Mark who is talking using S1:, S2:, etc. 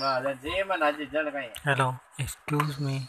S1: Well, the demon I did that again.
S2: hello excuse me